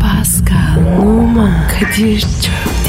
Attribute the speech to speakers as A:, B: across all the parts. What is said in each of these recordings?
A: Pascal, Oman, Kadir çok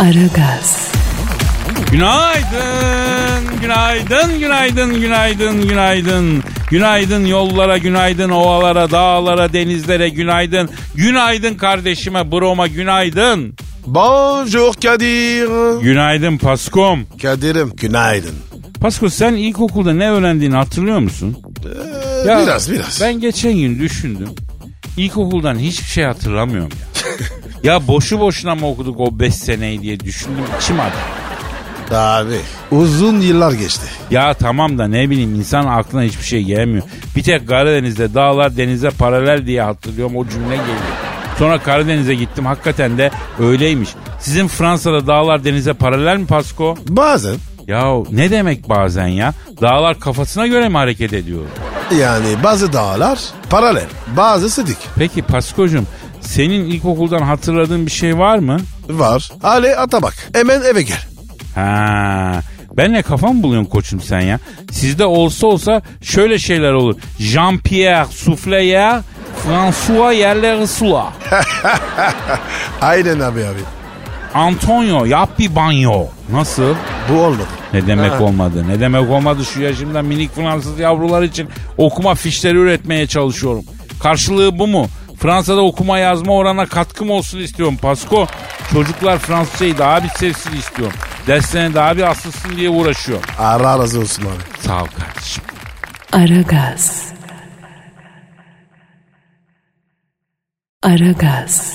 A: Aragaz,
B: Günaydın, günaydın, günaydın, günaydın, günaydın. Günaydın yollara, günaydın ovalara, dağlara, denizlere, günaydın. Günaydın kardeşime, broma, günaydın.
C: Bonjour Kadir.
B: Günaydın Paskom.
C: Kadir'im günaydın.
B: Pasko sen ilkokulda ne öğrendiğini hatırlıyor musun?
C: Ee, biraz biraz.
B: Ben geçen gün düşündüm. İlkokuldan hiçbir şey hatırlamıyorum ya. ya boşu boşuna mı okuduk o 5 seneyi diye düşündüm içim acıdı.
C: Abi uzun yıllar geçti.
B: Ya tamam da ne bileyim insan aklına hiçbir şey gelmiyor. Bir tek Karadeniz'de dağlar denize paralel diye hatırlıyorum o cümle geliyor. Sonra Karadeniz'e gittim hakikaten de öyleymiş. Sizin Fransa'da dağlar denize paralel mi Pasko?
C: Bazen
B: Ya ne demek bazen ya? Dağlar kafasına göre mi hareket ediyor?
C: yani bazı dağlar paralel bazısı dik.
B: Peki Pasko'cum senin ilkokuldan hatırladığın bir şey var mı?
C: Var. Ale ata bak hemen eve gel.
B: Ha. Benle kafam buluyorsun koçum sen ya. Sizde olsa olsa şöyle şeyler olur. Jean-Pierre souffle yer, François yerleri sula.
C: Aynen abi abi.
B: Antonio yap bir banyo. Nasıl?
C: Bu olmadı.
B: Ne demek olmadı? Ne demek olmadı şu yaşımda minik Fransız yavrular için okuma fişleri üretmeye çalışıyorum. Karşılığı bu mu? Fransa'da okuma yazma oranına katkım olsun istiyorum Pasko. Çocuklar Fransızcayı daha bir sevsin istiyorum. Derslerine daha bir asılsın diye uğraşıyorum.
C: Allah razı olsun abi.
B: Sağ ol kardeşim.
A: Aragaz. Aragaz,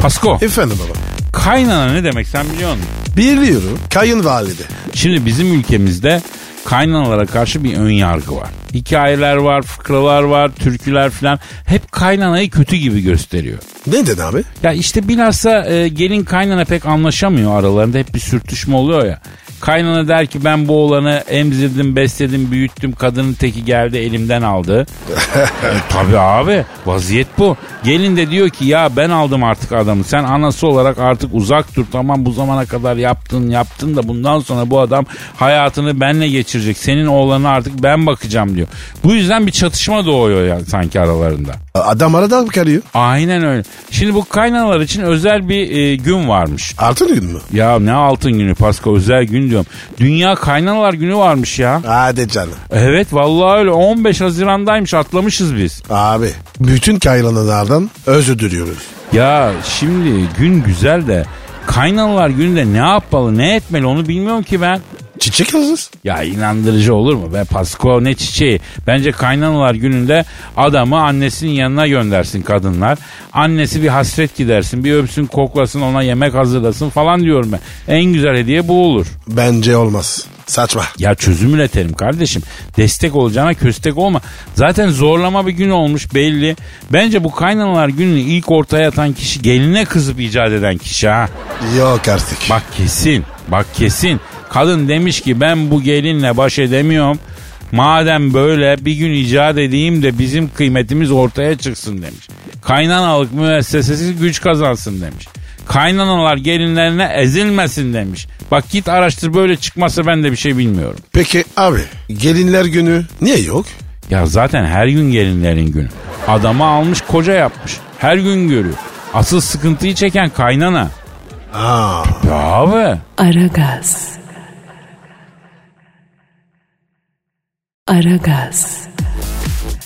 B: Pasko,
C: Efendim baba.
B: kaynana ne demek sen biliyor musun?
C: Biliyorum kayınvalide.
B: Şimdi bizim ülkemizde kaynanalara karşı bir ön yargı var. Hikayeler var, fıkralar var, türküler filan. Hep kaynanayı kötü gibi gösteriyor.
C: Neden abi?
B: Ya işte bilhassa e, gelin kaynana pek anlaşamıyor aralarında. Hep bir sürtüşme oluyor ya. Kaynana der ki ben bu oğlanı emzirdim, besledim, büyüttüm. Kadının teki geldi elimden aldı. E, tabii abi vaziyet bu. Gelin de diyor ki ya ben aldım artık adamı. Sen anası olarak artık uzak dur. Tamam bu zamana kadar yaptın yaptın da bundan sonra bu adam hayatını benle geçirecek. Senin oğlanı artık ben bakacağım diyor. Bu yüzden bir çatışma doğuyor ya sanki aralarında.
C: Adam arada mı kalıyor?
B: Aynen öyle. Şimdi bu kaynanalar için özel bir e, gün varmış.
C: Artın gün mü?
B: Ya ne altın günü Pasko özel gün diyorum. Dünya kaynanalar günü varmış ya.
C: Hadi canım.
B: Evet vallahi öyle 15 Haziran'daymış atlamışız biz.
C: Abi bütün kaynanalardan özür diliyoruz.
B: Ya şimdi gün güzel de kaynanalar gününde ne yapmalı ne etmeli onu bilmiyorum ki ben.
C: Çiçek alırız.
B: Ya inandırıcı olur mu be Pasko ne çiçeği. Bence kaynanalar gününde adamı annesinin yanına göndersin kadınlar. Annesi bir hasret gidersin bir öpsün koklasın ona yemek hazırlasın falan diyorum ben. En güzel hediye bu olur.
C: Bence olmaz. Saçma.
B: Ya çözüm üretelim kardeşim. Destek olacağına köstek olma. Zaten zorlama bir gün olmuş belli. Bence bu kaynanalar gününü ilk ortaya atan kişi geline kızıp icat eden kişi ha.
C: Yok artık.
B: Bak kesin, bak kesin. Kadın demiş ki ben bu gelinle baş edemiyorum. Madem böyle bir gün icat edeyim de bizim kıymetimiz ortaya çıksın demiş. Kaynanalık müessesesi güç kazansın demiş. Kaynanalar gelinlerine ezilmesin demiş. Bak git araştır böyle çıkmasa ben de bir şey bilmiyorum.
C: Peki abi gelinler günü niye yok?
B: Ya zaten her gün gelinlerin günü. Adamı almış koca yapmış. Her gün görüyor. Asıl sıkıntıyı çeken kaynana.
C: Aa,
B: Ya abi.
A: Aragaz. Aragaz,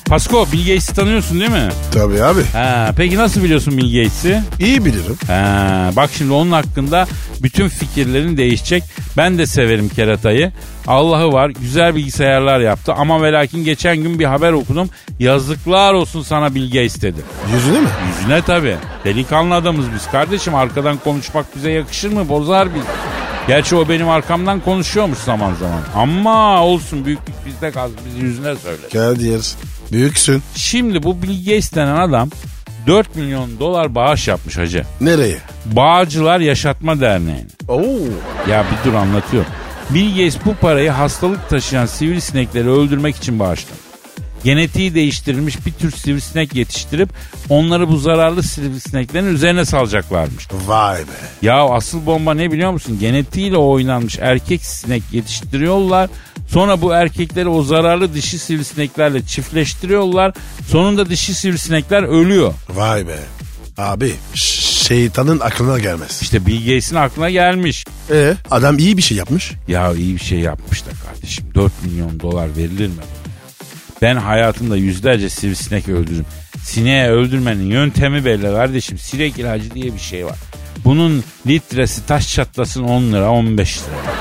B: Pasko Bill Gates'i tanıyorsun değil mi?
C: tabii abi.
B: Ha, peki nasıl biliyorsun Bill Gates'i?
C: İyi bilirim.
B: Ha, bak şimdi onun hakkında bütün fikirlerin değişecek. Ben de severim keratayı. Allah'ı var güzel bilgisayarlar yaptı ama ve lakin geçen gün bir haber okudum. Yazıklar olsun sana Bill Gates dedi.
C: Yüzüne mi?
B: Yüzüne tabii. Delikanlı adamız biz kardeşim arkadan konuşmak bize yakışır mı bozar biz. Gerçi o benim arkamdan konuşuyormuş zaman zaman. Ama olsun büyüklük bizde kaldı biz yüzüne söyle.
C: Kadir büyüksün.
B: Şimdi bu Bill Gates denen adam 4 milyon dolar bağış yapmış hacı.
C: Nereye?
B: Bağcılar Yaşatma Derneği.
C: Oo.
B: Ya bir dur anlatıyorum. Bill Gates bu parayı hastalık taşıyan sivrisinekleri öldürmek için bağışladı. Genetiği değiştirilmiş bir tür sivrisinek yetiştirip onları bu zararlı sivrisineklerin üzerine salacaklarmış.
C: Vay be.
B: Ya asıl bomba ne biliyor musun? Genetiğiyle oynanmış erkek sinek yetiştiriyorlar. Sonra bu erkekleri o zararlı dişi sivrisineklerle çiftleştiriyorlar. Sonunda dişi sivrisinekler ölüyor.
C: Vay be. Abi ş- şeytanın aklına gelmez.
B: İşte Bill Gates'in aklına gelmiş.
C: E adam iyi bir şey yapmış.
B: Ya iyi bir şey yapmış da kardeşim. 4 milyon dolar verilir mi? buna ya? Ben hayatımda yüzlerce sivrisinek öldürürüm. Sineği öldürmenin yöntemi belli kardeşim. Sinek ilacı diye bir şey var. Bunun litresi taş çatlasın 10 lira 15 lira.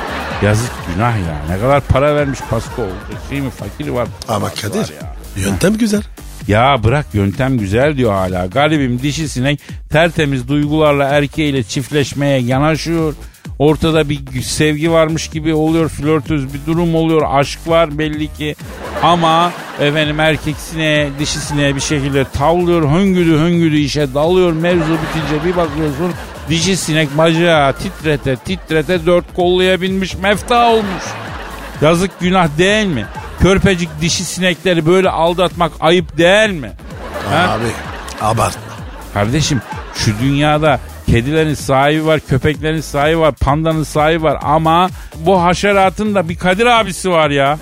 B: Yazık günah ya. Ne kadar para vermiş Pasko olacak şey mi? Fakiri var.
C: Ama
B: parası
C: Kadir
B: var Ya.
C: yöntem güzel.
B: ya bırak yöntem güzel diyor hala. Garibim dişi sinek tertemiz duygularla erkeğiyle çiftleşmeye yanaşıyor. Ortada bir sevgi varmış gibi oluyor. Flörtöz bir durum oluyor. Aşk var belli ki. Ama efendim erkek sineğe, dişi sineğe bir şekilde tavlıyor. Hüngürü hüngürü işe dalıyor. Mevzu bitince bir bakıyorsun dişi sinek bacağı titrete titrete dört kolluya binmiş mefta olmuş. Yazık günah değil mi? Körpecik dişi sinekleri böyle aldatmak ayıp değil mi? Ha?
C: Abi abartma.
B: Kardeşim şu dünyada kedilerin sahibi var, köpeklerin sahibi var, pandanın sahibi var ama bu haşeratın da bir Kadir abisi var ya.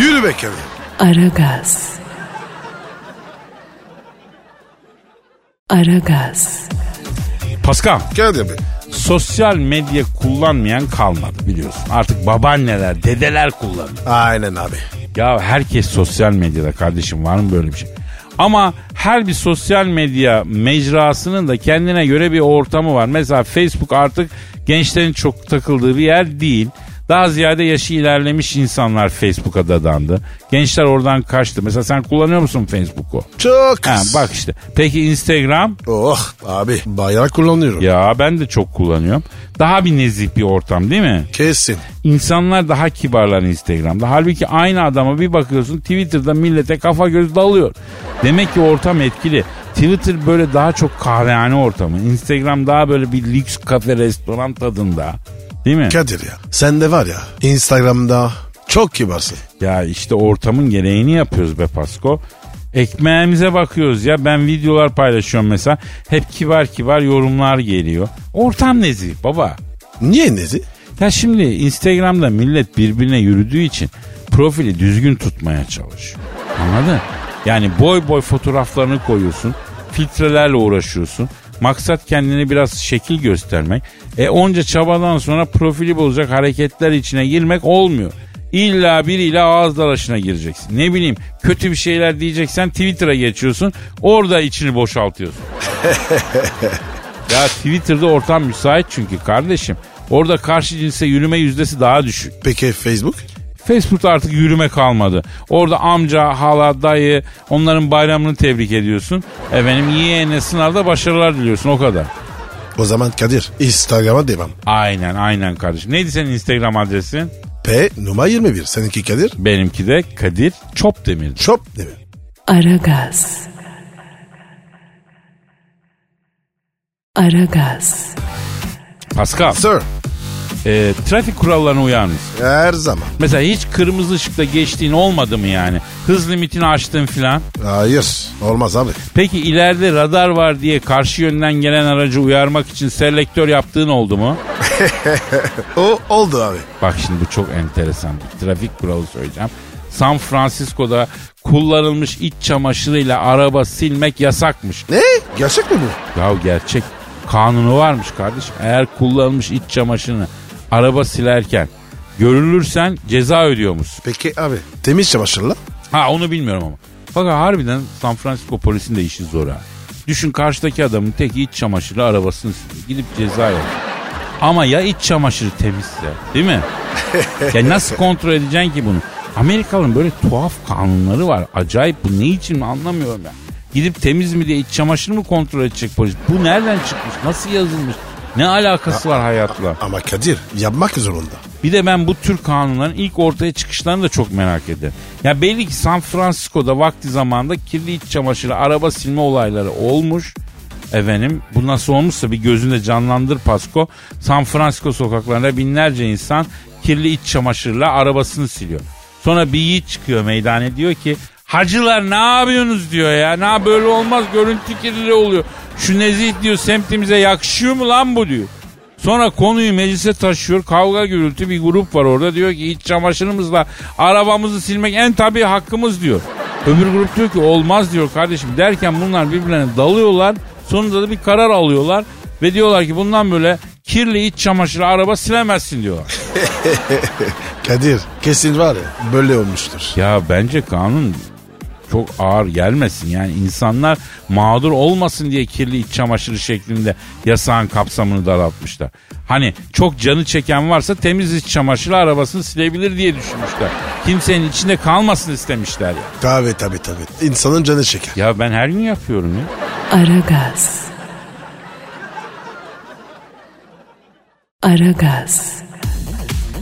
C: Yürü be Kadir.
A: Aragaz. Aragaz.
B: Pascal,
C: Kadir Bey.
B: sosyal medya kullanmayan kalmadı biliyorsun. Artık babaanneler, dedeler kullanıyor.
C: Aynen abi.
B: Ya herkes sosyal medyada kardeşim var mı böyle bir şey? Ama her bir sosyal medya mecrasının da kendine göre bir ortamı var. Mesela Facebook artık gençlerin çok takıldığı bir yer değil. Daha ziyade yaşı ilerlemiş insanlar Facebook'a dadandı. Gençler oradan kaçtı. Mesela sen kullanıyor musun Facebook'u?
C: Çok
B: Ha,
C: az.
B: bak işte. Peki Instagram?
C: Oh abi bayağı kullanıyorum.
B: Ya ben de çok kullanıyorum. Daha bir nezih bir ortam değil mi?
C: Kesin.
B: İnsanlar daha kibarlar Instagram'da. Halbuki aynı adama bir bakıyorsun Twitter'da millete kafa göz dalıyor. Demek ki ortam etkili. Twitter böyle daha çok kahvehane ortamı. Instagram daha böyle bir lüks kafe restoran tadında. Değil mi?
C: Kadir ya sen de var ya Instagram'da çok kibarsın.
B: Ya işte ortamın gereğini yapıyoruz be Pasko. Ekmeğimize bakıyoruz ya. Ben videolar paylaşıyorum mesela. Hep kibar kibar yorumlar geliyor. Ortam nezih baba.
C: Niye nezi?
B: Ya şimdi Instagram'da millet birbirine yürüdüğü için profili düzgün tutmaya çalışıyor. Anladın? Yani boy boy fotoğraflarını koyuyorsun. Filtrelerle uğraşıyorsun. Maksat kendini biraz şekil göstermek. E onca çabadan sonra profili bozacak hareketler içine girmek olmuyor. İlla biriyle ağız dalaşına gireceksin. Ne bileyim kötü bir şeyler diyeceksen Twitter'a geçiyorsun. Orada içini boşaltıyorsun. Ya Twitter'da ortam müsait çünkü kardeşim. Orada karşı cinse yürüme yüzdesi daha düşük.
C: Peki Facebook?
B: Facebook'ta artık yürüme kalmadı. Orada amca, hala, dayı onların bayramını tebrik ediyorsun. Efendim yeğene sınavda başarılar diliyorsun o kadar.
C: O zaman Kadir Instagram'a devam.
B: Aynen aynen kardeşim. Neydi senin Instagram adresin?
C: P numara 21 seninki Kadir.
B: Benimki de Kadir Çopdemir'dir.
C: Çop değil mi?
A: Aragaz. Aragaz.
B: Pascal,
C: Sir
B: e, trafik kurallarına uyar mısın?
C: her zaman.
B: Mesela hiç kırmızı ışıkta geçtiğin olmadı mı yani? Hız limitini aştın filan?
C: Hayır olmaz abi.
B: Peki ileride radar var diye karşı yönden gelen aracı uyarmak için selektör yaptığın oldu mu?
C: O oldu abi.
B: Bak şimdi bu çok enteresan bir trafik kuralı söyleyeceğim. San Francisco'da kullanılmış iç çamaşırıyla araba silmek yasakmış.
C: Ne? Gerçek mi bu?
B: Ya gerçek kanunu varmış kardeşim. Eğer kullanılmış iç çamaşırını araba silerken görülürsen ceza ödüyormuş.
C: Peki abi temiz çamaşırla.
B: Ha onu bilmiyorum ama. Fakat harbiden San Francisco polisin de işi zor ha. Düşün karşıdaki adamın tek iç çamaşırı arabasını sürüyor. gidip ceza yer. Ama ya iç çamaşırı temizse değil mi? ya nasıl kontrol edeceksin ki bunu? Amerikalıların böyle tuhaf kanunları var. Acayip bu ne için mi anlamıyorum ben. Gidip temiz mi diye iç çamaşırı mı kontrol edecek polis? Bu nereden çıkmış? Nasıl yazılmış? Ne alakası var hayatla?
C: Ama Kadir yapmak zorunda.
B: Bir de ben bu tür kanunların ilk ortaya çıkışlarını da çok merak ederim. Ya belli ki San Francisco'da vakti zamanda kirli iç çamaşırı, araba silme olayları olmuş. Efendim bu nasıl olmuşsa bir gözünde canlandır Pasko. San Francisco sokaklarında binlerce insan kirli iç çamaşırla arabasını siliyor. Sonra bir yiğit çıkıyor meydane diyor ki Hacılar ne yapıyorsunuz diyor ya. Ne böyle olmaz görüntü kirli oluyor. Şu nezih diyor semtimize yakışıyor mu lan bu diyor. Sonra konuyu meclise taşıyor. Kavga gürültü bir grup var orada. Diyor ki iç çamaşırımızla arabamızı silmek en tabii hakkımız diyor. Öbür grup diyor ki olmaz diyor kardeşim. Derken bunlar birbirlerine dalıyorlar. Sonunda da bir karar alıyorlar. Ve diyorlar ki bundan böyle kirli iç çamaşırı araba silemezsin diyorlar.
C: Kadir kesin var ya böyle olmuştur.
B: Ya bence kanun çok ağır gelmesin. Yani insanlar mağdur olmasın diye kirli iç çamaşırı şeklinde yasağın kapsamını daraltmışlar. Hani çok canı çeken varsa temiz iç çamaşırı arabasını silebilir diye düşünmüşler. Kimsenin içinde kalmasın istemişler ya.
C: Tabi tabi tabi. İnsanın canı çeker.
B: Ya ben her gün yapıyorum ya.
A: Aragaz. Aragaz.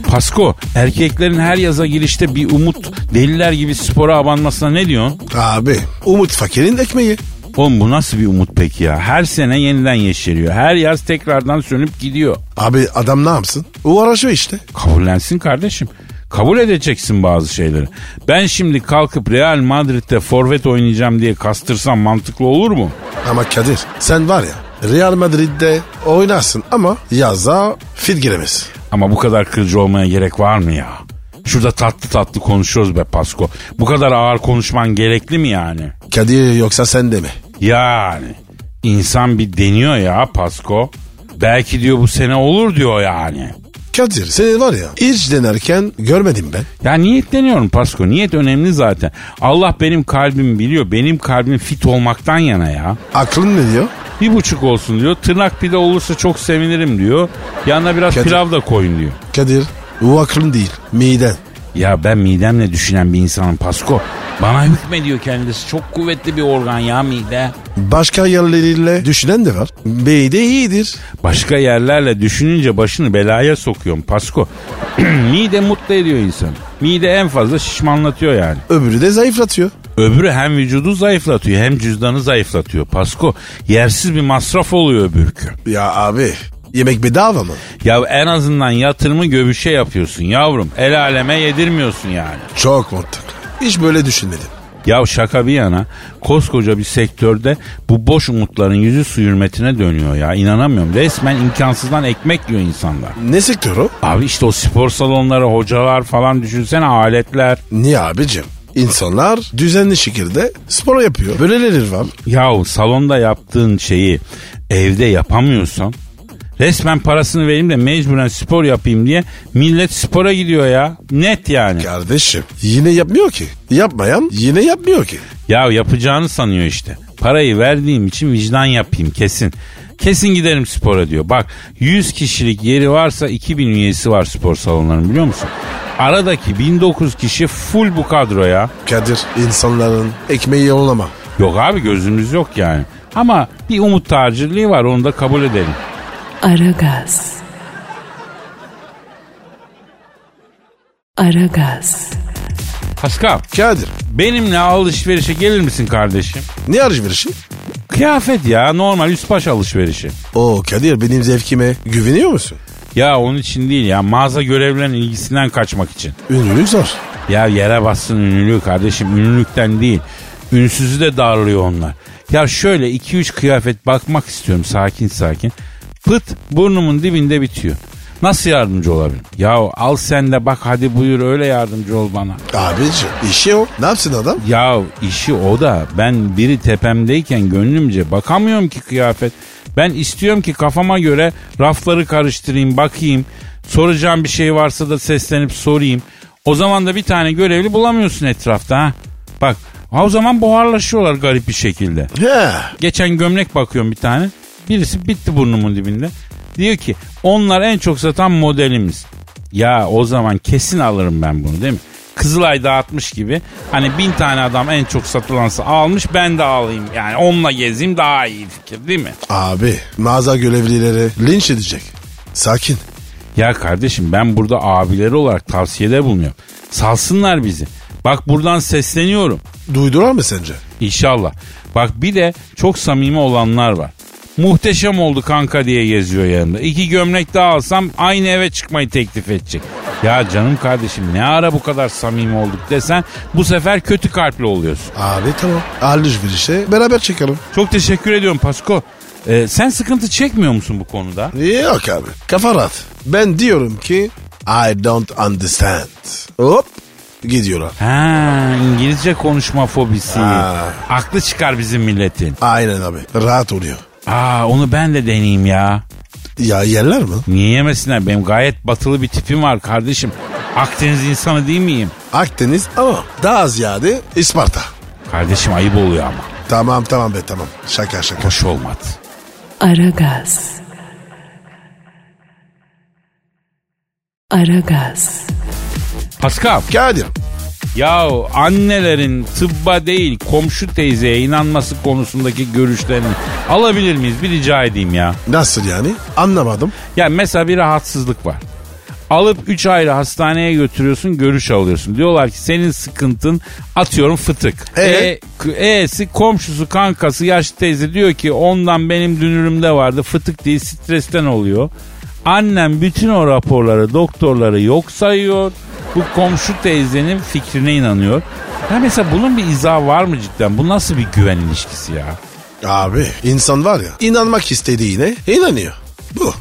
B: Pasko erkeklerin her yaza girişte bir umut deliler gibi spora abanmasına ne diyorsun?
C: Abi Umut Fakir'in ekmeği.
B: Oğlum bu nasıl bir umut peki ya? Her sene yeniden yeşeriyor. Her yaz tekrardan sönüp gidiyor.
C: Abi adam ne yapsın? Uğraşıyor işte.
B: Kabullensin kardeşim. Kabul edeceksin bazı şeyleri. Ben şimdi kalkıp Real Madrid'de forvet oynayacağım diye kastırsam mantıklı olur mu?
C: Ama Kadir sen var ya Real Madrid'de oynarsın ama yaza fit giremez.
B: Ama bu kadar kırıcı olmaya gerek var mı ya? Şurada tatlı tatlı konuşuyoruz be Pasko. Bu kadar ağır konuşman gerekli mi yani?
C: Kadir yoksa sen de mi?
B: Yani insan bir deniyor ya Pasko. Belki diyor bu sene olur diyor yani.
C: Kadir seni var ya hiç denerken görmedim ben.
B: Ya niyetleniyorum Pasko. Niyet önemli zaten. Allah benim kalbimi biliyor. Benim kalbim fit olmaktan yana ya.
C: Aklın ne diyor?
B: Bir buçuk olsun diyor. Tırnak pide olursa çok sevinirim diyor. Yanına biraz
C: Kadir-
B: pilav da koyun diyor.
C: Kadir bu aklın değil miden.
B: Ya ben midemle düşünen bir insanım Pasko. Bana hükmediyor kendisi. Çok kuvvetli bir organ ya mide.
C: Başka yerleriyle düşünen de var. Bey de iyidir.
B: Başka yerlerle düşününce başını belaya sokuyorum Pasko. Mide mutlu ediyor insanı. Mide en fazla şişmanlatıyor yani.
C: Öbürü de zayıflatıyor.
B: Öbürü hem vücudu zayıflatıyor hem cüzdanı zayıflatıyor Pasko. Yersiz bir masraf oluyor öbürkü.
C: Ya abi yemek bedava mı?
B: Ya en azından yatırımı göbüşe yapıyorsun yavrum. El aleme yedirmiyorsun yani.
C: Çok mantıklı. Hiç böyle düşünmedim.
B: Ya şaka bir yana koskoca bir sektörde bu boş umutların yüzü su hürmetine dönüyor ya inanamıyorum. Resmen imkansızdan ekmek yiyor insanlar.
C: Ne sektörü?
B: Abi işte o spor salonları hocalar falan düşünsene aletler.
C: Niye abicim? İnsanlar düzenli şekilde spor yapıyor. Böyleleri var.
B: Yahu salonda yaptığın şeyi evde yapamıyorsan resmen parasını vereyim de mecburen spor yapayım diye millet spora gidiyor ya. Net yani.
C: Kardeşim yine yapmıyor ki. Yapmayan yine yapmıyor ki.
B: Ya yapacağını sanıyor işte. Parayı verdiğim için vicdan yapayım kesin. Kesin giderim spora diyor. Bak 100 kişilik yeri varsa 2000 üyesi var spor salonlarının biliyor musun? Aradaki 1900 kişi full bu kadro ya.
C: Kadir insanların ekmeği yollama.
B: Yok abi gözümüz yok yani. Ama bir umut tacirliği var onu da kabul edelim.
A: Aragaz. Aragaz.
B: Pascal
C: Kadir
B: benimle alışverişe gelir misin kardeşim?
C: ne alışverişi?
B: Kıyafet ya normal üst baş alışverişi.
C: O Kadir benim zevkime güveniyor musun?
B: Ya onun için değil ya mağaza görevlilerinin ilgisinden kaçmak için.
C: Ünlülük zor.
B: Ya yere bassın ünlülüğü kardeşim. Ünlülükten değil. Ünsüzü de darlıyor onlar. Ya şöyle 2-3 kıyafet bakmak istiyorum sakin sakin. Pıt burnumun dibinde bitiyor. Nasıl yardımcı olabilirim? Ya al sen de bak hadi buyur öyle yardımcı ol bana.
C: Abicim işi o. Ne yapsın adam?
B: Ya işi o da ben biri tepemdeyken gönlümce bakamıyorum ki kıyafet. Ben istiyorum ki kafama göre rafları karıştırayım bakayım. Soracağım bir şey varsa da seslenip sorayım. O zaman da bir tane görevli bulamıyorsun etrafta ha. Bak ha o zaman buharlaşıyorlar garip bir şekilde.
C: He.
B: Geçen gömlek bakıyorum bir tane. Birisi bitti burnumun dibinde. Diyor ki onlar en çok satan modelimiz. Ya o zaman kesin alırım ben bunu değil mi? Kızılay dağıtmış gibi. Hani bin tane adam en çok satılansa almış ben de alayım. Yani onunla gezeyim daha iyi fikir değil mi?
C: Abi mağaza görevlileri linç edecek. Sakin.
B: Ya kardeşim ben burada abileri olarak tavsiyede bulunuyorum. Salsınlar bizi. Bak buradan sesleniyorum.
C: Duydular mı sence?
B: İnşallah. Bak bir de çok samimi olanlar var. Muhteşem oldu kanka diye geziyor yanımda. İki gömlek daha alsam aynı eve çıkmayı teklif edecek. Ya canım kardeşim ne ara bu kadar samimi olduk desen bu sefer kötü kalpli oluyorsun.
C: Abi tamam. Alışverişe beraber çıkalım.
B: Çok teşekkür ediyorum Pasko. Ee, sen sıkıntı çekmiyor musun bu konuda?
C: Yok abi. Kafa rahat. Ben diyorum ki I don't understand. Hop gidiyorlar.
B: Ha İngilizce konuşma fobisi.
C: Ha.
B: Aklı çıkar bizim milletin.
C: Aynen abi. Rahat oluyor.
B: Aa onu ben de deneyeyim ya.
C: Ya yerler mi?
B: Niye yemesinler? Benim gayet batılı bir tipim var kardeşim. Akdeniz insanı değil miyim?
C: Akdeniz ama daha ziyade Isparta.
B: Kardeşim ayıp oluyor ama.
C: Tamam tamam be tamam. Şaka şaka.
B: Hoş olmadı.
A: Aragaz. Aragaz.
B: Pascal.
C: Kadir.
B: Yahu annelerin tıbba değil komşu teyzeye inanması konusundaki görüşlerini alabilir miyiz? Bir rica edeyim ya.
C: Nasıl yani? Anlamadım.
B: Ya mesela bir rahatsızlık var. Alıp 3 ayrı hastaneye götürüyorsun görüş alıyorsun. Diyorlar ki senin sıkıntın atıyorum fıtık.
C: Ee?
B: E, k- E'si komşusu kankası yaşlı teyze diyor ki ondan benim dünürümde vardı fıtık değil stresten oluyor. Annem bütün o raporları doktorları yok sayıyor. Bu komşu teyzenin fikrine inanıyor. Ya mesela bunun bir izahı var mı cidden? Bu nasıl bir güven ilişkisi ya?
C: Abi insan var ya inanmak istediğine inanıyor. Bu.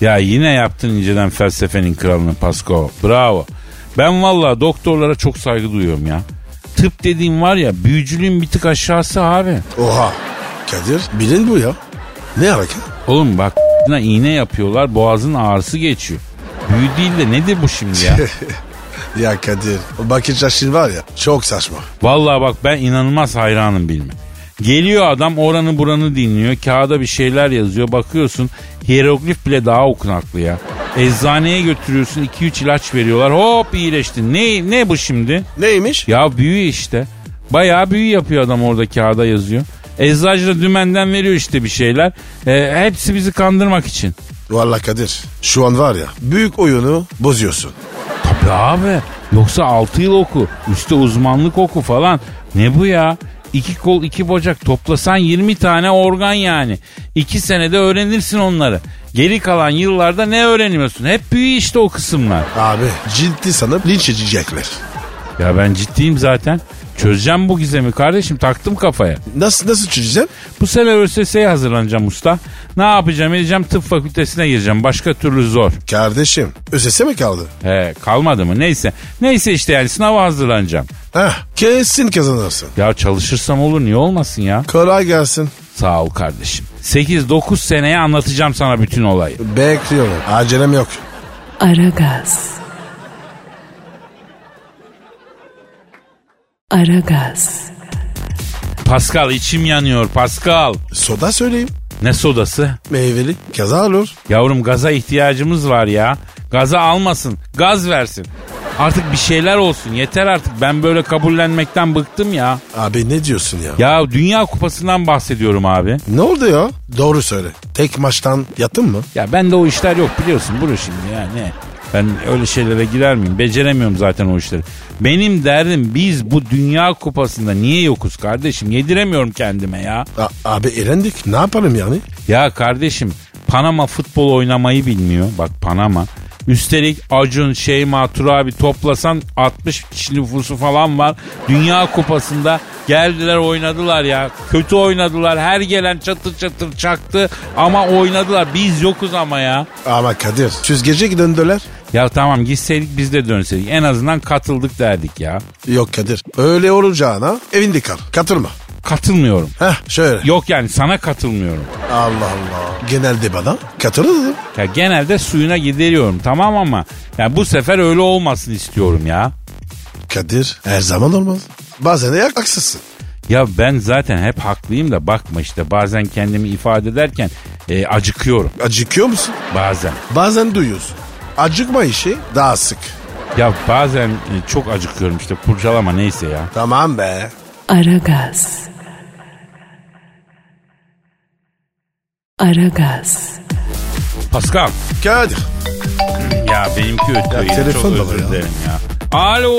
B: Ya yine yaptın inceden felsefenin kralını Pasko. Bravo. Ben valla doktorlara çok saygı duyuyorum ya. Tıp dediğin var ya büyücülüğün bir tık aşağısı abi.
C: Oha. Kadir bilin bu ya. Ne hareket?
B: Oğlum bak iğne yapıyorlar boğazın ağrısı geçiyor. Büyü değil de nedir bu şimdi ya?
C: Ya Kadir bakış açın var ya çok saçma.
B: Vallahi bak ben inanılmaz hayranım bilme. Geliyor adam oranı buranı dinliyor. Kağıda bir şeyler yazıyor. Bakıyorsun hieroglif bile daha okunaklı ya. Eczaneye götürüyorsun 2-3 ilaç veriyorlar. Hop iyileştin. Ne, ne bu şimdi?
C: Neymiş?
B: Ya büyü işte. Bayağı büyü yapıyor adam orada kağıda yazıyor. Eczacı da dümenden veriyor işte bir şeyler. E, hepsi bizi kandırmak için.
C: Vallahi Kadir şu an var ya büyük oyunu bozuyorsun.
B: Tabii abi. Yoksa 6 yıl oku. Üste uzmanlık oku falan. Ne bu ya? İki kol iki bacak toplasan 20 tane organ yani. 2 senede öğrenirsin onları. Geri kalan yıllarda ne öğreniyorsun? Hep büyü işte o kısımlar.
C: Abi ciddi sanıp linç edecekler.
B: Ya ben ciddiyim zaten. Çözeceğim bu gizemi kardeşim taktım kafaya.
C: Nasıl nasıl çözeceğim?
B: Bu sene ÖSS'ye hazırlanacağım usta. Ne yapacağım edeceğim tıp fakültesine gireceğim. Başka türlü zor.
C: Kardeşim ÖSS mi kaldı?
B: He kalmadı mı neyse. Neyse işte yani sınava hazırlanacağım.
C: Heh, kesin kazanırsın.
B: Ya çalışırsam olur niye olmasın ya.
C: Kolay gelsin.
B: Sağ ol kardeşim. 8-9 seneye anlatacağım sana bütün olayı.
C: Bekliyorum. Acelem yok.
A: Aragaz. Aragaz.
B: Pascal içim yanıyor Pascal.
C: Soda söyleyeyim.
B: Ne sodası?
C: Meyveli. Kaza olur.
B: Yavrum gaza ihtiyacımız var ya. Gaza almasın gaz versin. Artık bir şeyler olsun yeter artık ben böyle kabullenmekten bıktım ya.
C: Abi ne diyorsun ya?
B: Ya Dünya Kupası'ndan bahsediyorum abi.
C: Ne oldu ya? Doğru söyle. Tek maçtan yatın mı?
B: Ya bende o işler yok biliyorsun bunu şimdi ya ne. Ben öyle şeylere girer miyim? Beceremiyorum zaten o işleri. Benim derdim biz bu Dünya Kupası'nda niye yokuz kardeşim? Yediremiyorum kendime ya.
C: A- abi elendik. Ne yapalım yani?
B: Ya kardeşim Panama futbol oynamayı bilmiyor. Bak Panama. Üstelik Acun, Şeyma, Turabi abi toplasan 60 kişi nüfusu falan var. Dünya Kupası'nda geldiler oynadılar ya. Kötü oynadılar. Her gelen çatır çatır çaktı ama oynadılar. Biz yokuz ama ya.
C: Ama Kadir. Süzgece döndüler.
B: Ya tamam gitseydik biz de dönseydik. En azından katıldık derdik ya.
C: Yok Kadir. Öyle olacağına evinde kal. Katılma.
B: Katılmıyorum.
C: Heh şöyle.
B: Yok yani sana katılmıyorum.
C: Allah Allah. Genelde bana katılırdı.
B: Ya genelde suyuna gideriyorum tamam ama ya bu sefer öyle olmasın istiyorum ya.
C: Kadir her zaman olmaz. Bazen de haksızsın.
B: Ya ben zaten hep haklıyım da bakma işte bazen kendimi ifade ederken e, acıkıyorum
C: Acıkıyor musun?
B: bazen.
C: Bazen duyuyorsun. Acıkma işi daha sık.
B: Ya bazen e, çok acıkıyorum işte kurcalama neyse ya.
C: Tamam be.
A: Aragaz. Aragaz.
B: Pascal
C: Kadir.
B: ya benimki ötüyor. yine.
C: telefon
B: Çok
C: da
B: özür
C: var ya.
B: dilerim ya. Alo.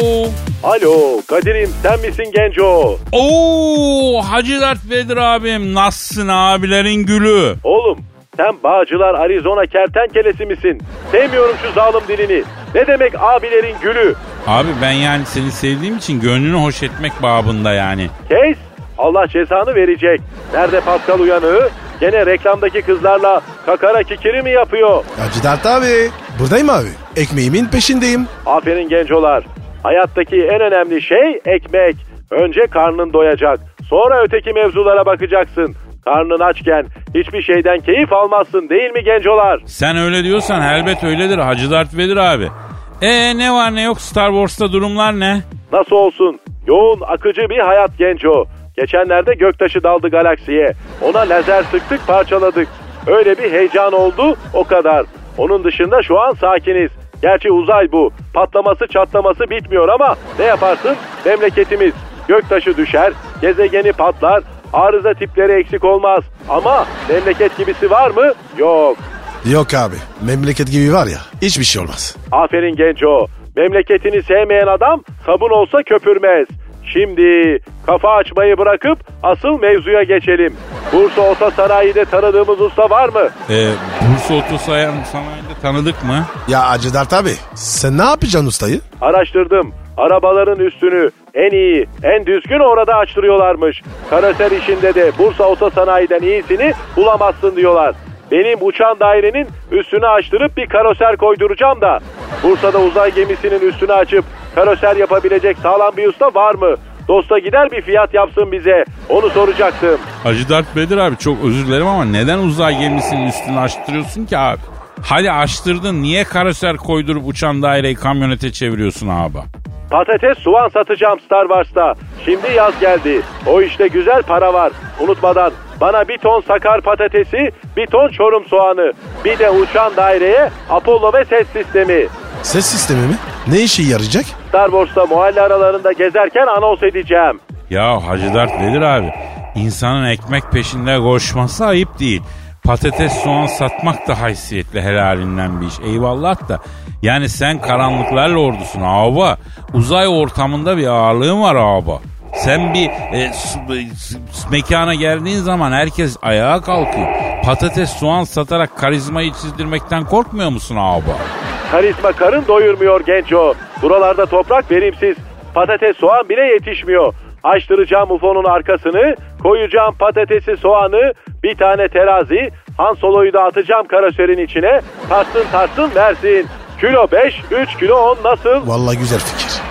D: Alo Kadir'im sen misin Genco?
B: Oo Hacı Dert Vedir abim nasılsın abilerin gülü?
D: Oğlum sen Bağcılar Arizona kertenkelesi misin? Sevmiyorum şu zalim dilini. Ne demek abilerin gülü?
B: Abi ben yani seni sevdiğim için gönlünü hoş etmek babında yani.
D: Kes. Allah cezanı verecek. Nerede Pascal uyanığı? Gene reklamdaki kızlarla kakara kikiri mi yapıyor?
C: Hacı Dert abi. Buradayım abi. Ekmeğimin peşindeyim.
D: Aferin gencolar. Hayattaki en önemli şey ekmek. Önce karnın doyacak. Sonra öteki mevzulara bakacaksın. Karnın açken hiçbir şeyden keyif almazsın değil mi gencolar?
B: Sen öyle diyorsan elbet öyledir Hacı Dert Vedir abi. E ne var ne yok Star Wars'ta durumlar ne?
D: Nasıl olsun? Yoğun, akıcı bir hayat genco. Geçenlerde göktaşı daldı galaksiye. Ona lazer sıktık, parçaladık. Öyle bir heyecan oldu, o kadar. Onun dışında şu an sakiniz. Gerçi uzay bu. Patlaması çatlaması bitmiyor ama ne yaparsın? Memleketimiz. Göktaşı düşer, gezegeni patlar, arıza tipleri eksik olmaz. Ama memleket gibisi var mı? Yok.
C: Yok abi. Memleket gibi var ya. Hiçbir şey olmaz.
D: Aferin genco. Memleketini sevmeyen adam sabun olsa köpürmez. Şimdi kafa açmayı bırakıp asıl mevzuya geçelim. Bursa olsa sanayide tanıdığımız usta var mı?
B: E, Bursa Otosayan Sanayi'de tanıdık mı?
C: Ya Hacı Dert abi. Sen ne yapacaksın ustayı?
D: Araştırdım. Arabaların üstünü en iyi, en düzgün orada açtırıyorlarmış. Karoser işinde de Bursa Oto Sanayi'den iyisini bulamazsın diyorlar. Benim uçan dairenin üstünü açtırıp bir karoser koyduracağım da. Bursa'da uzay gemisinin üstünü açıp karoser yapabilecek sağlam bir usta var mı? Dosta gider bir fiyat yapsın bize. Onu soracaktım.
B: Hacı Dert Vedir abi çok özür dilerim ama neden uzay gemisinin üstünü açtırıyorsun ki abi? Hadi açtırdın niye karoser koydurup uçan daireyi kamyonete çeviriyorsun abi?
D: Patates soğan satacağım Star Wars'ta. Şimdi yaz geldi. O işte güzel para var. Unutmadan bana bir ton sakar patatesi, bir ton çorum soğanı, bir de uçan daireye Apollo ve ses sistemi.
C: Ses sistemi mi? Ne işe yarayacak?
D: Star Wars'ta mahalle aralarında gezerken anons edeceğim.
B: Ya Hacı Dert Vedir abi insanın ekmek peşinde koşması ayıp değil. Patates soğan satmak da haysiyetli helalinden bir iş. Eyvallah da. Yani sen karanlıklarla ordusun abi. Uzay ortamında bir ağırlığın var abi. Sen bir e, s- s- s- mekana geldiğin zaman herkes ayağa kalkıyor. Patates soğan satarak karizmayı çizdirmekten korkmuyor musun abi?
D: Karizma karın doyurmuyor genco. Buralarda toprak verimsiz. Patates soğan bile yetişmiyor. Açtıracağım ufonun arkasını, koyacağım patatesi soğanı, bir tane terazi, Han Solo'yu da atacağım karaserin içine, tartsın tartsın versin. Kilo 5, 3 kilo 10 nasıl?
C: Vallahi güzel fikir.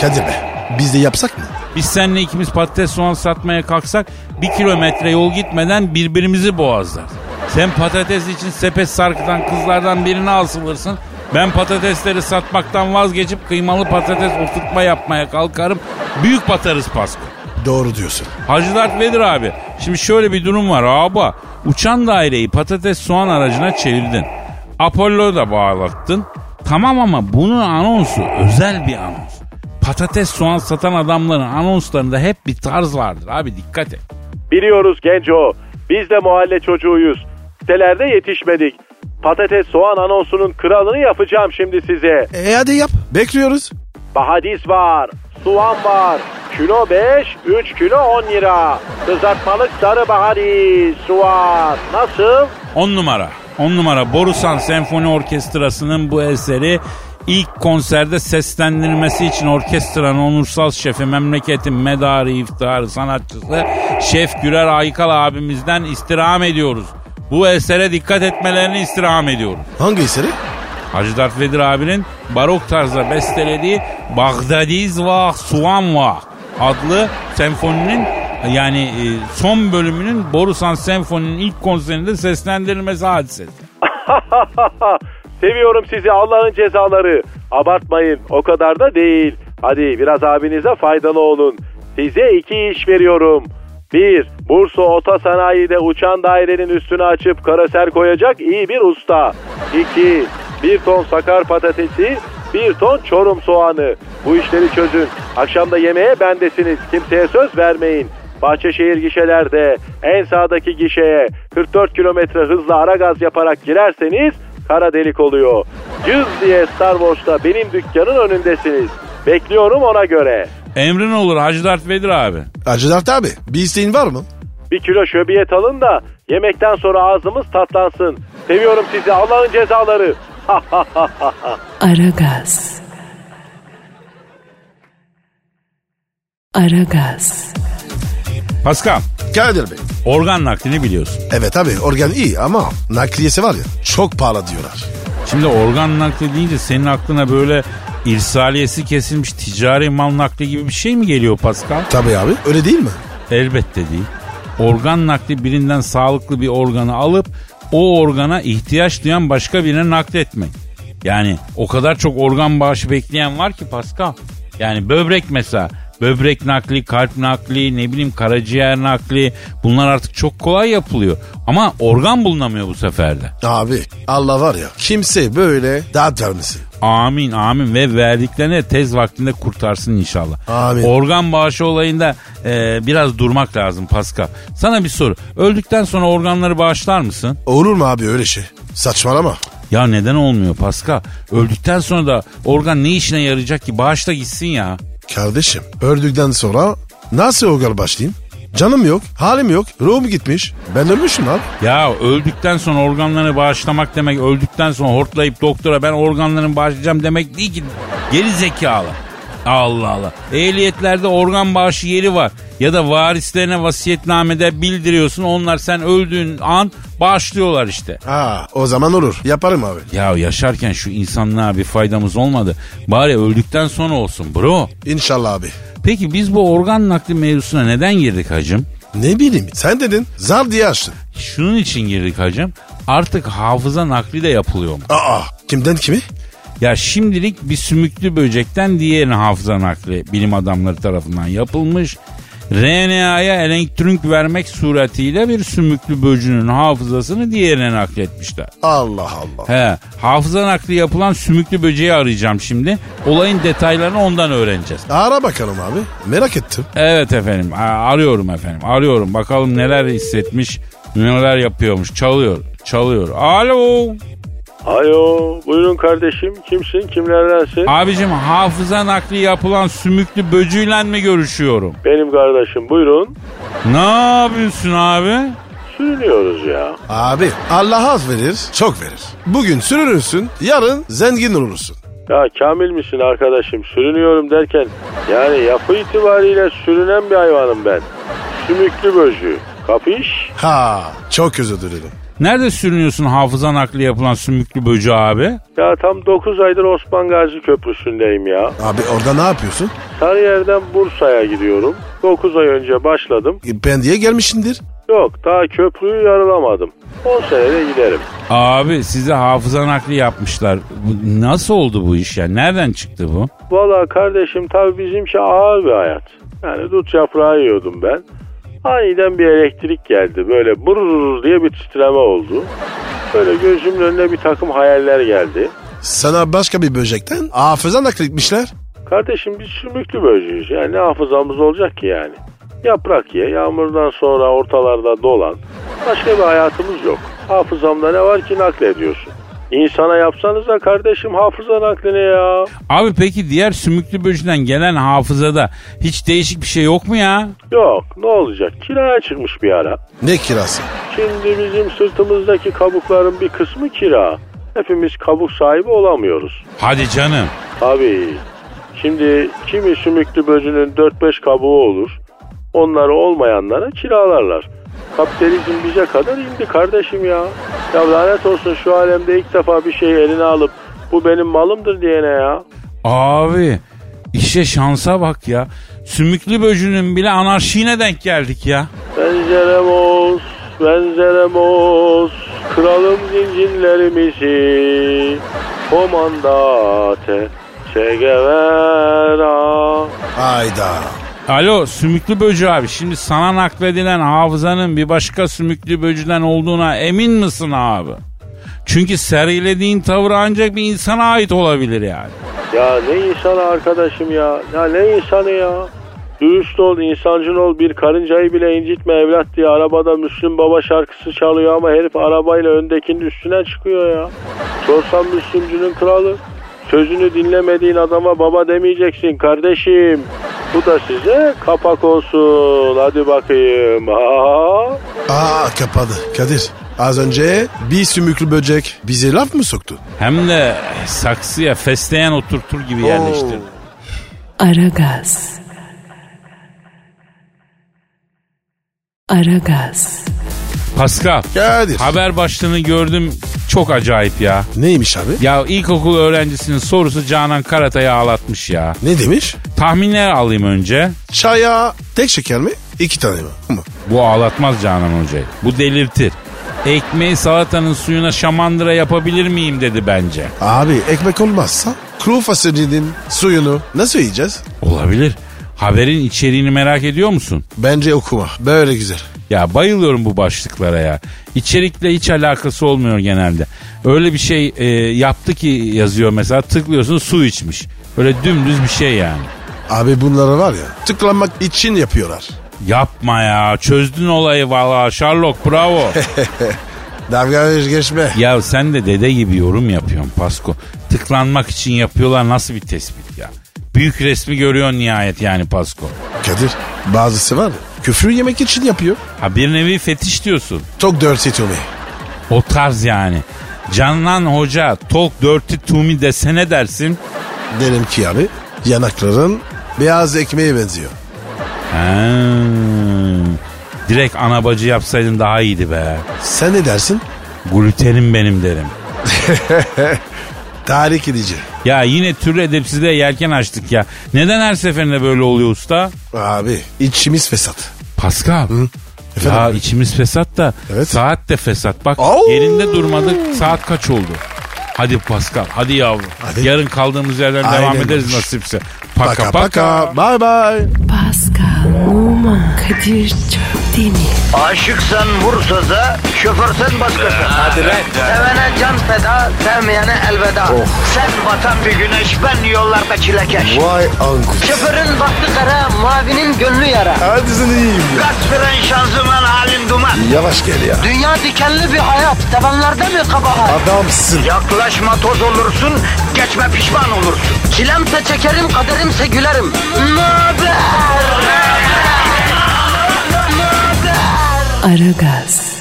C: Kadir be. Biz de yapsak mı?
B: Biz seninle ikimiz patates soğan satmaya kalksak bir kilometre yol gitmeden birbirimizi boğazlar. Sen patates için sepet sarkıtan kızlardan birine asılırsın. Ben patatesleri satmaktan vazgeçip kıymalı patates oturtma yapmaya kalkarım. Büyük batarız Pasko.
C: Doğru diyorsun.
B: Hacı Dert Vedir abi. Şimdi şöyle bir durum var abi. Uçan daireyi patates soğan aracına çevirdin. Apollo'yu da bağlattın. Tamam ama bunun anonsu özel bir anons. Patates soğan satan adamların anonslarında hep bir tarz vardır abi dikkat et.
D: Biliyoruz genco, biz de mahalle çocuğuyuz. Sitelerde yetişmedik. Patates soğan anonsunun kralını yapacağım şimdi size.
C: E hadi yap. Bekliyoruz.
D: Bahadis var, soğan var. Kilo 5, 3 kilo 10 lira. Kızartmalık sarı bahadis, soğan. Nasıl?
B: 10 numara. 10 numara Borusan Senfoni Orkestrası'nın bu eseri ilk konserde seslendirilmesi için orkestranın onursal şefi, memleketin medarı, iftiharı, sanatçısı Şef Gürer Aykal abimizden istirham ediyoruz. Bu esere dikkat etmelerini istirham ediyoruz.
C: Hangi eseri?
B: Hacı Dert Vedir abinin barok tarzda bestelediği Bagdadiz Vah Suvan Vah adlı senfoninin yani e, son bölümünün Borusan Senfoni'nin ilk konserinde seslendirilmesi hadisesi.
D: Seviyorum sizi Allah'ın cezaları. Abartmayın, o kadar da değil. Hadi biraz abinize faydalı olun. Size iki iş veriyorum. Bir, Bursa Ota Sanayi'de uçan dairenin üstünü açıp karaser koyacak iyi bir usta. İki, bir ton sakar patatesi, bir ton çorum soğanı. Bu işleri çözün. Akşamda yemeğe bendesiniz. Kimseye söz vermeyin. Bahçeşehir gişelerde en sağdaki gişeye 44 kilometre hızla ara gaz yaparak girerseniz kara delik oluyor. Cız diye Star Wars'ta benim dükkanın önündesiniz. Bekliyorum ona göre.
B: Emrin olur Hacı Dert Vedir abi.
C: Hacı Dert abi bir isteğin var mı?
D: Bir kilo şöbiyet alın da yemekten sonra ağzımız tatlansın. Seviyorum sizi Allah'ın cezaları.
A: Aragaz. Aragaz.
B: Pascal
C: Kadir Bey.
B: organ naklini biliyorsun.
C: Evet abi organ iyi ama nakliyesi var ya çok pahalı diyorlar.
B: Şimdi organ nakli deyince senin aklına böyle irsaliyesi kesilmiş ticari mal nakli gibi bir şey mi geliyor Pascal?
C: Tabii abi öyle değil mi?
B: Elbette değil. Organ nakli birinden sağlıklı bir organı alıp o organa ihtiyaç duyan başka birine nakletmek. Yani o kadar çok organ bağışı bekleyen var ki Pascal. Yani böbrek mesela. Böbrek nakli, kalp nakli, ne bileyim karaciğer nakli. Bunlar artık çok kolay yapılıyor. Ama organ bulunamıyor bu sefer de.
C: Abi Allah var ya kimse böyle dağıt vermesin.
B: Amin amin ve verdiklerine tez vaktinde kurtarsın inşallah.
C: Amin.
B: Organ bağışı olayında e, biraz durmak lazım Pascal. Sana bir soru. Öldükten sonra organları bağışlar mısın?
C: Olur mu abi öyle şey? Saçmalama.
B: Ya neden olmuyor Pascal? Öldükten sonra da organ ne işine yarayacak ki? Bağışla gitsin ya.
C: Kardeşim öldükten sonra nasıl organ başlayayım? Canım yok, halim yok, ruhum gitmiş. Ben ölmüşüm abi.
B: Ya öldükten sonra organlarını bağışlamak demek öldükten sonra hortlayıp doktora ben organlarını bağışlayacağım demek değil ki geri zekalı. Allah Allah. Ehliyetlerde organ bağışı yeri var. Ya da varislerine vasiyetnamede bildiriyorsun. Onlar sen öldüğün an bağışlıyorlar işte.
C: Aa, o zaman olur. Yaparım abi.
B: Ya yaşarken şu insanlığa bir faydamız olmadı. Bari öldükten sonra olsun bro.
C: İnşallah abi.
B: Peki biz bu organ nakli mevzusuna neden girdik hacım?
C: Ne bileyim sen dedin zar diye açtın.
B: Şunun için girdik hacım. Artık hafıza nakli de yapılıyor mu?
C: Aa kimden kimi?
B: Ya şimdilik bir sümüklü böcekten diğerine hafıza nakli bilim adamları tarafından yapılmış. RNA'ya elektronk vermek suretiyle bir sümüklü böcünün hafızasını diğerine nakletmişler.
C: Allah Allah.
B: He, hafıza nakli yapılan sümüklü böceği arayacağım şimdi. Olayın detaylarını ondan öğreneceğiz.
C: Ara bakalım abi. Merak ettim.
B: Evet efendim, a- arıyorum efendim, arıyorum. Bakalım neler hissetmiş, neler yapıyormuş. Çalıyor, çalıyor. Alo.
D: Alo buyurun kardeşim kimsin kimlerdensin?
B: Abicim hafıza nakli yapılan sümüklü böcüyle mi görüşüyorum?
D: Benim kardeşim buyurun.
B: Ne yapıyorsun abi?
D: Sürünüyoruz ya.
C: Abi Allah az verir, çok verir. Bugün sürünürsün, yarın zengin olursun.
D: Ya kamil misin arkadaşım sürünüyorum derken yani yapı itibariyle sürünen bir hayvanım ben. Sümüklü böcü. Kapış?
C: Ha, çok özür dilerim.
B: Nerede sürünüyorsun hafıza nakli yapılan sümüklü böceği abi?
D: Ya tam 9 aydır Osman Gazi Köprüsü'ndeyim ya.
C: Abi orada ne yapıyorsun?
D: Sarıyer'den Bursa'ya gidiyorum. 9 ay önce başladım.
C: E, Ben diye gelmişindir.
D: Yok daha köprüyü yarılamadım. 10 senede giderim.
B: Abi size hafıza nakli yapmışlar. Bu- Nasıl oldu bu iş ya? Nereden çıktı bu?
D: Valla kardeşim tabii bizimki ağır bir hayat. Yani dut yaprağı yiyordum ben. Aniden bir elektrik geldi. Böyle brrrr diye bir titreme oldu. Böyle gözümün önüne bir takım hayaller geldi.
C: Sana başka bir böcekten hafıza nakletmişler.
D: Kardeşim biz sümüklü böceğiz. Yani ne hafızamız olacak ki yani? Yaprak ye, yağmurdan sonra ortalarda dolan. Başka bir hayatımız yok. Hafızamda ne var ki naklediyorsun? İnsana yapsanıza kardeşim hafıza naklini ya.
B: Abi peki diğer sümüklü böcüden gelen hafızada hiç değişik bir şey yok mu ya?
D: Yok ne olacak kiraya çıkmış bir ara.
C: Ne kirası?
D: Şimdi bizim sırtımızdaki kabukların bir kısmı kira. Hepimiz kabuk sahibi olamıyoruz.
B: Hadi canım.
D: Tabii. Şimdi kimi sümüklü böcünün 4-5 kabuğu olur. Onları olmayanlara kiralarlar. Kapitalizm bize kadar indi kardeşim ya. Ya lanet olsun şu alemde ilk defa bir şeyi eline alıp bu benim malımdır diyene ya.
B: Abi işe şansa bak ya. Sümüklü böcünün bile anarşiğine denk geldik ya.
D: Benzeremos, benzeremos, kralım zincirlerimizi. Komandate, Che Guevara.
C: Ayda.
B: Alo sümüklü böcü abi şimdi sana nakledilen hafızanın bir başka sümüklü böcüden olduğuna emin misin abi? Çünkü serilediğin tavır ancak bir insana ait olabilir yani.
D: Ya ne insanı arkadaşım ya, ya ne insanı ya. Dürüst ol, insancın ol, bir karıncayı bile incitme evlat diye arabada Müslüm Baba şarkısı çalıyor ama herif arabayla öndekinin üstüne çıkıyor ya. Sorsan Müslümcünün kralı. Sözünü dinlemediğin adama baba demeyeceksin kardeşim. Bu da size kapak olsun. Hadi bakayım. Ha.
C: Aa kapadı. Kadir az önce bir sümüklü böcek bize laf mı soktu?
B: Hem de saksıya fesleğen oturtur gibi yerleştirdi.
A: Aragaz. Aragaz.
B: Pascal.
C: Kadir.
B: Haber başlığını gördüm. Çok acayip ya.
C: Neymiş abi?
B: Ya ilkokul öğrencisinin sorusu Canan Karatay'ı ağlatmış ya.
C: Ne demiş?
B: Tahminler alayım önce.
C: Çaya tek şeker mi? İki tane mi? Ama
B: Bu ağlatmaz Canan Hoca'yı. Bu delirtir. Ekmeği salatanın suyuna şamandıra yapabilir miyim dedi bence.
C: Abi ekmek olmazsa kuru fasulyenin suyunu nasıl yiyeceğiz?
B: Olabilir. Haberin içeriğini merak ediyor musun?
C: Bence okuma. Böyle güzel.
B: Ya bayılıyorum bu başlıklara ya. İçerikle hiç alakası olmuyor genelde. Öyle bir şey e, yaptı ki yazıyor mesela tıklıyorsun su içmiş. Böyle dümdüz bir şey yani.
C: Abi bunlara var ya tıklamak için yapıyorlar.
B: Yapma ya çözdün olayı valla Sherlock bravo.
C: Dalga geçme.
B: ya sen de dede gibi yorum yapıyorsun Pasko. Tıklanmak için yapıyorlar nasıl bir tespit ya. Büyük resmi görüyorsun nihayet yani Pasko.
C: Kadir bazısı var ya küfür yemek için yapıyor.
B: Ha bir nevi fetiş diyorsun.
C: Çok dirty to me.
B: O tarz yani. Canan Hoca talk dirty to me desene dersin.
C: Derim ki abi yanakların beyaz ekmeğe benziyor.
B: Ha. Direkt ana bacı yapsaydın daha iyiydi be.
C: Sen ne dersin?
B: Glutenim benim derim.
C: Tahrik edici.
B: Ya yine tür edepsizliğe yelken açtık ya. Neden her seferinde böyle oluyor usta?
C: Abi içimiz fesat.
B: Pascal.
C: Efendim?
B: Ya içimiz fesat da
C: Evet.
B: saat de fesat. Bak
C: Oo.
B: yerinde durmadık saat kaç oldu? Hadi Pascal hadi yavrum.
C: Hadi.
B: Yarın kaldığımız yerden devam
C: Aynen
B: ederiz
C: öyle.
B: nasipse.
C: Paka
B: paka. paka.
C: paka. Bye bye.
A: Pascal, Oman, Kadir çok değil mi?
E: Aşıksan vursa da, şoförsen başkasın. Hadi Sevene can feda, sevmeyene elveda. Sen batan bir güneş, ben yollarda çilekeş.
C: Vay anku.
E: Şoförün baktı kara, mavinin gönlü yara.
C: Hadi sen iyiyim ya.
E: Kasperen şanzıman halin duman.
C: Yavaş gel ya.
E: Dünya dikenli bir hayat, sevenlerde mi kabahar?
C: Adamsın.
E: Yaklaşma toz olursun, geçme pişman olursun. Çilemse çekerim, kaderimse gülerim. Möber!
A: Aragaz.